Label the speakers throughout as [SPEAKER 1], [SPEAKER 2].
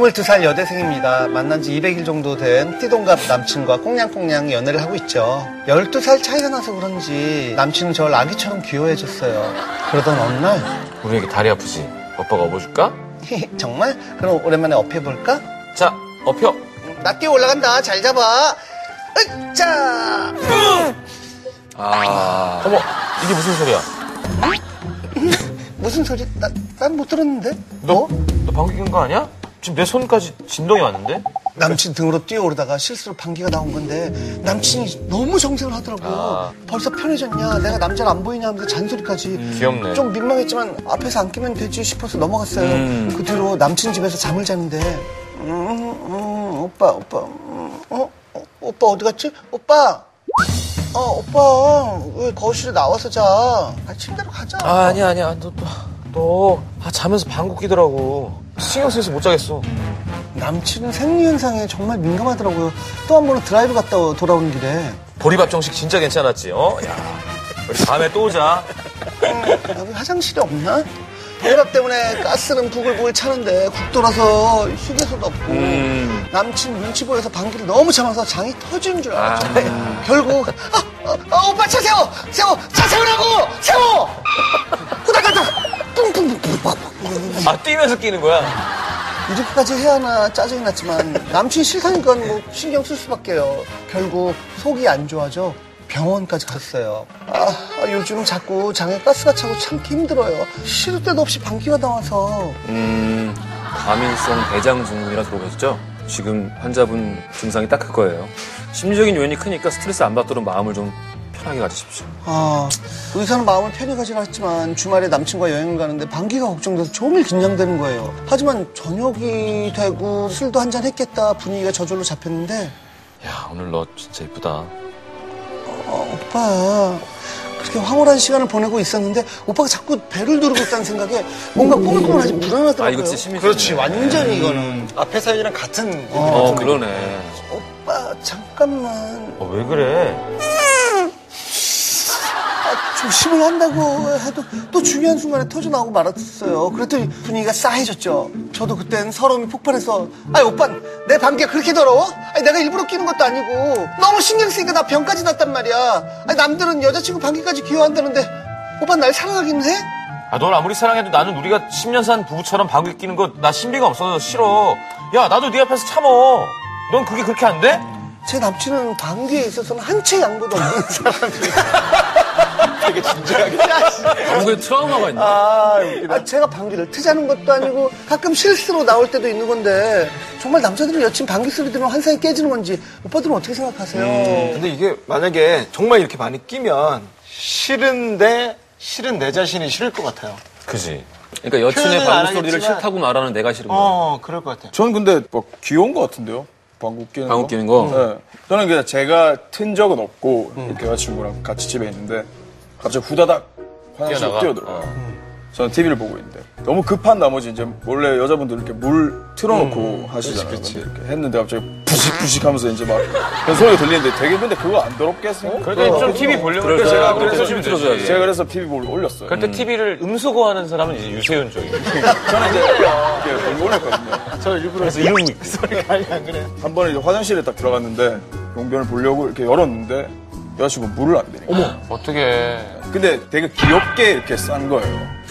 [SPEAKER 1] 22살 여대생입니다. 만난 지 200일 정도 된 띠동갑 남친과 꽁냥꽁냥 연애를 하고 있죠. 12살 차이가 나서 그런지 남친은 저를 아기처럼 귀여워해줬어요. 그러던 어느 날
[SPEAKER 2] 우리 애기 다리 아프지? 오빠가 업어줄까?
[SPEAKER 1] 정말? 그럼 오랜만에 업해볼까?
[SPEAKER 2] 자, 업혀.
[SPEAKER 1] 나 뛰어 올라간다. 잘 잡아. 으짜!
[SPEAKER 2] 아. 어머, 이게 무슨 소리야?
[SPEAKER 1] 무슨 소리? 나, 난 못 들었는데? 뭐?
[SPEAKER 2] 너, 너 방귀 낀거 아니야? 지금 내 손까지 진동이 왔는데?
[SPEAKER 1] 남친 등으로 뛰어오르다가 실수로 방귀가 나온 건데 남친이 너무 정색을 하더라고.
[SPEAKER 2] 아.
[SPEAKER 1] 벌써 편해졌냐? 내가 남자를 안 보이냐 하면서 잔소리까지.
[SPEAKER 2] 음, 귀엽네.
[SPEAKER 1] 좀 민망했지만 앞에서 안 끼면 되지 싶어서 넘어갔어요.
[SPEAKER 2] 음.
[SPEAKER 1] 그 뒤로 남친 집에서 잠을 자는데 음, 음, 오빠 오빠 음, 어? 어, 오빠 어디 갔지? 오빠 어 오빠 왜 거실에 나와서 자? 아, 침대로 가자.
[SPEAKER 2] 아, 아니야, 아니야. 너, 너, 너. 아, 자면서 방귀 끼더라고. 신경 쓰여서 못 자겠어.
[SPEAKER 1] 남친은 생리현상에 정말 민감하더라고요. 또 한 번은 드라이브 갔다 돌아오는 길에
[SPEAKER 2] 보리밥 정식 진짜 괜찮았지, 어? 야. 우리 다음에 또 오자.
[SPEAKER 1] 아, 여기 화장실이 없나? 대답 때문에 가스는 부글부글 차는데 국도라서 휴게소도 없고
[SPEAKER 2] 음.
[SPEAKER 1] 남친 눈치 보여서 방귀를 너무 참아서 장이 터지는 줄 알았죠. 결국 아, 아, 아, 오빠 차 세워 세워 차 세우라고 세워 후다닥닥 뿡뿡뿡뿡뿡
[SPEAKER 2] 아, 뛰면서 끼는 거야?
[SPEAKER 1] 이렇게까지 해야 하나 짜증이 났지만 남친이 싫다니까 뭐 신경 쓸 수밖에요. 결국 속이 안 좋아져 병원까지 갔어요. 아, 아, 요즘 자꾸 장에 가스가 차고 참기 힘들어요. 시도 때도 없이 방귀가 나와서
[SPEAKER 2] 음, 과민성 대장 증후군이라 들어보셨죠? 지금 환자분 증상이 딱 그거예요. 심리적인 요인이 크니까 스트레스 안 받도록 마음을 좀 편하게 가지십시오.
[SPEAKER 1] 아, 의사는 마음을 편히 가지라 했지만 주말에 남친과 여행을 가는데 방귀가 걱정돼서 종일 긴장되는 거예요. 하지만 저녁이 되고 술도 한잔 했겠다 분위기가 저절로 잡혔는데
[SPEAKER 2] 야, 오늘 너 진짜 이쁘다.
[SPEAKER 1] 어, 오빠 그렇게 황홀한 시간을 보내고 있었는데 오빠가 자꾸 배를 누르고 있다는 생각에 뭔가 꼬물꼬물하지 불안하더라고요.
[SPEAKER 2] 아, 이거 진짜 심리적이네.
[SPEAKER 1] 그렇지 완전히
[SPEAKER 2] 음.
[SPEAKER 1] 이거는
[SPEAKER 3] 앞에 사연이랑 같은
[SPEAKER 2] 어, 그러네.
[SPEAKER 1] 오빠 잠깐만
[SPEAKER 2] 어, 왜 그래?
[SPEAKER 1] 아, 조심을 한다고 해도 또 중요한 순간에 터져 나오고 말았어요. 그랬더니 분위기가 싸해졌죠. 저도 그땐 서러움이 폭발해서 아니 오빠 내 방귀가 그렇게 더러워? 아니 내가 일부러 끼는 것도 아니고 너무 신경 쓰니까 나 병까지 났단 말이야. 아니 남들은 여자친구 방귀까지 귀여워한다는데 오빠 날 사랑하긴 해?
[SPEAKER 2] 아, 넌 아무리 사랑해도 나는 우리가 10년 산 부부처럼 방귀 끼는 거 나 신비가 없어서 싫어. 야, 나도 네 앞에서 참어. 넌 그게 그렇게 안 돼?
[SPEAKER 4] 어,
[SPEAKER 1] 제 남친은 방귀에 있어서는 한 채 양보도 없는 사람이에요.
[SPEAKER 2] 방귀에 트라우마가 있네.
[SPEAKER 1] 아, 제가 방귀를 트자는 것도 아니고 가끔 실수로 나올 때도 있는 건데 정말 남자들은 여친 방귀 소리 들으면 환상이 깨지는 건지 오빠들은 어떻게 생각하세요?
[SPEAKER 3] 근데 이게 만약에 정말 이렇게 많이 끼면 싫은데 싫은 내 자신이 싫을 것 같아요.
[SPEAKER 2] 그지. 그러니까 여친의
[SPEAKER 3] 표현은 안
[SPEAKER 2] 방귀 소리를
[SPEAKER 3] 하겠지만-
[SPEAKER 2] 싫다고 말하는 내가 싫은 거야.
[SPEAKER 3] 어, 그럴 것 같아요.
[SPEAKER 5] 저는 근데 막 귀여운 것 같은데요. 방구 끼는
[SPEAKER 2] 방귀
[SPEAKER 5] 거.
[SPEAKER 2] 끼는 거?
[SPEAKER 5] 네. 저는 그냥 제가 튼 적은 없고 이렇게 여자친구랑 같이 집에 있는데 갑자기 후다닥 화장실
[SPEAKER 2] 뛰어나가?
[SPEAKER 5] 뛰어들어요. 음. 저는 TV를 보고 있는데 너무 급한 나머지 이제 원래 여자분들 이렇게 물 틀어놓고
[SPEAKER 2] 음,
[SPEAKER 5] 하시잖아요. 근데 이렇게 했는데 갑자기 부식부식하면서 이제 막 그런 소리가 들리는데 되게 근데 그거 안 더럽겠어요?
[SPEAKER 4] 그러니까 좀 TV 보려고 그러니까 제가 그래서 음.
[SPEAKER 2] 좀
[SPEAKER 5] 네. 제가
[SPEAKER 2] 들어줘야지. 그러니까
[SPEAKER 5] 그래서 TV 볼 올렸어요.
[SPEAKER 4] 그때 TV를 음소거 하는 사람은 이제 유세윤 쪽이고
[SPEAKER 5] 저는 이제 이렇게 올렸거든요.
[SPEAKER 3] 저 일부러 그래서 이러고 있어. 소리가 아니 안 그래요.
[SPEAKER 5] 한 번에 이제 화장실에 딱 들어갔는데 용변을 보려고 이렇게 열었는데 여자친구 물을 안 대니까.
[SPEAKER 4] 어떻게
[SPEAKER 5] 근데 되게 귀엽게 이렇게 싼 거예요.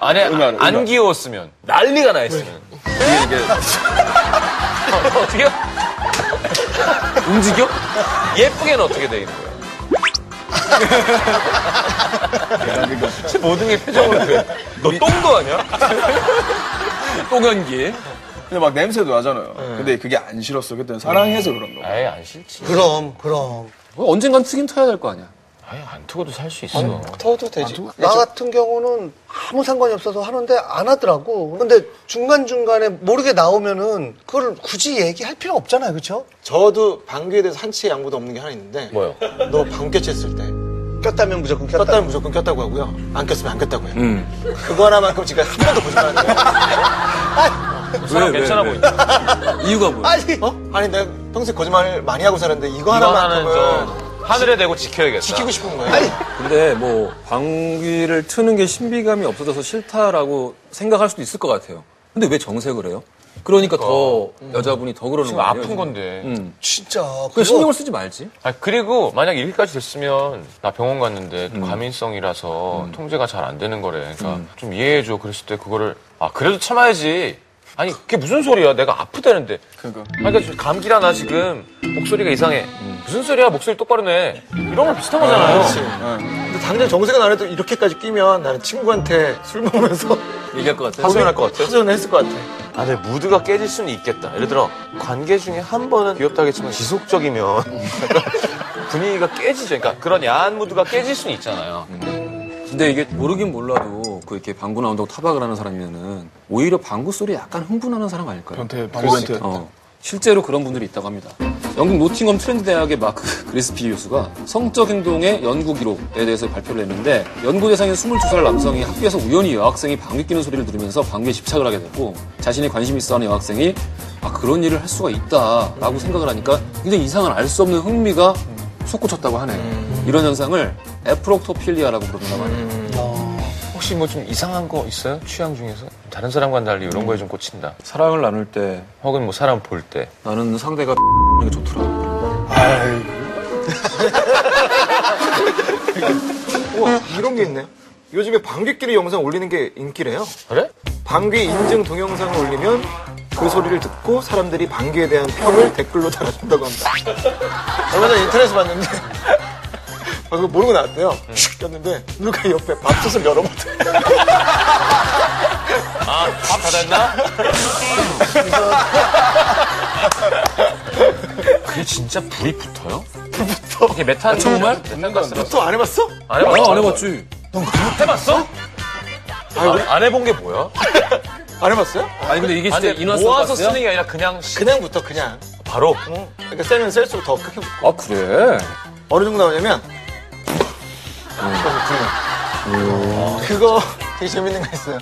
[SPEAKER 4] 안에
[SPEAKER 5] 음악, 음악.
[SPEAKER 4] 안 귀여웠으면 난리가 나 있으면 어, 어떻게요? 움직여? 예쁘게는 어떻게 돼 있는 거야? 제 모든 게 표정으로 돼. 너 똥도 아니야?
[SPEAKER 2] 똥연기.
[SPEAKER 5] 근데 막 냄새도 나잖아요. 근데 그게 안 싫었어. 그때는 사랑해서 그런 거.
[SPEAKER 4] 아예 안 싫지.
[SPEAKER 1] 그럼 그럼
[SPEAKER 2] 언젠간 트긴 터야 될 거 아니야.
[SPEAKER 4] 아예 안 트고도 살 수 있어.
[SPEAKER 3] 터도 되지.
[SPEAKER 1] 나 같은 경우는 아무 상관이 없어서 하는데 안 하더라고. 근데 중간중간에 모르게 나오면은 그걸 굳이 얘기할 필요 없잖아요. 그쵸?
[SPEAKER 3] 저도 방귀에 대해서 한치의 양보도 없는 게 하나 있는데
[SPEAKER 4] 뭐요?
[SPEAKER 3] 너 방귀 꼈을 때
[SPEAKER 1] 꼈다면 무조건 꼈다.
[SPEAKER 3] 꼈다면 무조건 꼈다고 하고요. 안 꼈으면 안 꼈다고 해요.
[SPEAKER 2] 음.
[SPEAKER 3] 그거 하나만큼 지금 한 번도 거짓말 안 해요.
[SPEAKER 4] 그 사람
[SPEAKER 2] 왜,
[SPEAKER 4] 괜찮아
[SPEAKER 2] 왜?
[SPEAKER 4] 보인다.
[SPEAKER 2] 이유가 뭐야?
[SPEAKER 1] 아니
[SPEAKER 3] 어? 아니 내가 평소에 거짓말 많이 하고 사는데 이거
[SPEAKER 4] 이거 하나는
[SPEAKER 3] 하나만큼은
[SPEAKER 4] 좀 하늘에 대고 지켜야겠다.
[SPEAKER 3] 지키고 싶은 거예요.
[SPEAKER 2] 근데 뭐 방귀를 트는 게 신비감이 없어져서 싫다라고 생각할 수도 있을 것 같아요. 근데 왜 정색을 해요? 그러니까 더 여자분이 더 그러는 거 아니에요?
[SPEAKER 4] 아픈 건데.
[SPEAKER 2] 음.
[SPEAKER 1] 진짜.
[SPEAKER 2] 그
[SPEAKER 1] 그거-
[SPEAKER 2] 신경을 쓰지 말지.
[SPEAKER 4] 아, 그리고 만약 여기까지 됐으면 나 병원 갔는데 과민성이라서 통제가 잘 안 되는 거래. 그러니까 좀 이해해줘. 그랬을 때 그거를 아 그래도 참아야지. 아니 그게 무슨 소리야? 내가 아프다는데.
[SPEAKER 5] 그러니까.
[SPEAKER 4] 아니, 그러니까 지금 감기라 나 지금 목소리가 이상해. 무슨 소리야? 목소리 똑바로 내. 이런 거 비슷한 거잖아요.
[SPEAKER 3] 근데 당장 정색은 안 해도 이렇게까지 끼면 나는 친구한테 술 먹으면서
[SPEAKER 2] 얘기할 것 같아.
[SPEAKER 4] 하소연할 네, 것 같아.
[SPEAKER 3] 하소연했을 것 같아.
[SPEAKER 4] 아, 근데 무드가 깨질 수는 있겠다. 예를 들어 관계 중에 한 번은 귀엽다 하겠지만 지속적이면 분위기가 깨지죠. 그러니까 그런 야한 무드가 깨질 수는 있잖아요.
[SPEAKER 2] 근데 이게 모르긴 몰라도 그 이렇게 방구 나온다고 타박을 하는 사람이면은 오히려 방구 소리에 약간 흥분하는 사람 아닐까요?
[SPEAKER 5] 변태, 방구변태.
[SPEAKER 2] 어, 실제로 그런 분들이 있다고 합니다. 영국 노팅엄 트렌드 대학의 마크 그리스피 교수가 성적 행동의 연구 기록에 대해서 발표를 했는데 연구 대상인 22살 남성이 학교에서 우연히 여학생이 방귀 뀌는 소리를 들으면서 방귀에 집착을 하게 되고 자신이 관심 있어하는 여학생이 아 그런 일을 할 수가 있다라고 생각을 하니까 굉장히 이상한 알 수 없는 흥미가 솟구쳤다고 하네. 이런 현상을 에프록토필리아라고 부른다고 하네요.
[SPEAKER 4] 혹시 뭐 좀 이상한 거 있어요? 취향 중에서? 다른 사람과는 달리 이런 거에 좀 꽂힌다.
[SPEAKER 2] 사랑을 나눌 때
[SPEAKER 4] 혹은 뭐 사람 볼 때.
[SPEAKER 2] 나는 상대가 이게 좋더라.
[SPEAKER 3] 우와, 이런 게 있네. 요즘에 방귀끼리 영상 올리는 게 인기래요.
[SPEAKER 4] 그래?
[SPEAKER 3] 방귀 인증 동영상을 올리면 그 소리를 듣고 사람들이 방귀에 대한 평을 댓글로 달아준다고 합니다. 얼마 전에 인터넷에 봤는데 방금 아, 모르고 나왔대요. 슉 꼈는데 누가 옆에 밥솥을 열어봤대.
[SPEAKER 4] 아, 밥 받았나? 그게 진짜 불이 붙어요? 불 붙어. 이게
[SPEAKER 2] 아,
[SPEAKER 4] 메탄 정말? 메탄 가스.
[SPEAKER 3] 또안 해봤어?
[SPEAKER 4] 안 해봤어?
[SPEAKER 2] 안 해봤지.
[SPEAKER 4] 해봤어? 아, 안 해본 게 뭐야?
[SPEAKER 3] 안 해봤어요?
[SPEAKER 2] 아니 근데 이게 진짜
[SPEAKER 4] 아니,
[SPEAKER 2] 인화성
[SPEAKER 4] 모아서
[SPEAKER 2] 가스야?
[SPEAKER 4] 쓰는 게 아니라 그냥 시-
[SPEAKER 3] 그냥 붙어 그냥.
[SPEAKER 4] 바로.
[SPEAKER 3] 응. 그러니까 세면 셀수록 더 크게 붙고.
[SPEAKER 2] 아 그래?
[SPEAKER 4] 음.
[SPEAKER 3] 어느 정도 나오냐면 그거 그거 되게 재밌는 거 있어요.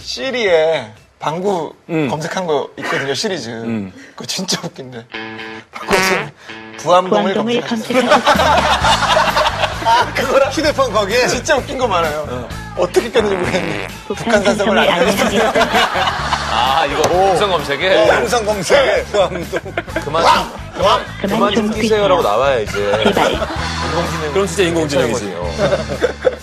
[SPEAKER 3] 시리에 방구 검색한 거 있거든요 시리즈. 그거 진짜 웃긴데. 방구에서 부안동을
[SPEAKER 6] 구안동을
[SPEAKER 3] 검색하셨어요.
[SPEAKER 6] 검색하고
[SPEAKER 3] 그거랑 휴대폰 거기에 진짜 웃긴 거 많아요. 어떻게 꼈는지 모르겠는데 북한 산성을
[SPEAKER 6] 북한산성을
[SPEAKER 3] 안
[SPEAKER 6] 알려주세요.
[SPEAKER 4] 아, 이거 음성 검색에
[SPEAKER 3] 네. 영상 검색에
[SPEAKER 4] 네, 그만
[SPEAKER 6] 그만 좀
[SPEAKER 4] 끼세요라고
[SPEAKER 6] 끼세요.
[SPEAKER 4] 나와야 이제.
[SPEAKER 6] 제발.
[SPEAKER 4] 네,
[SPEAKER 2] 그럼 진짜 인공지능이지.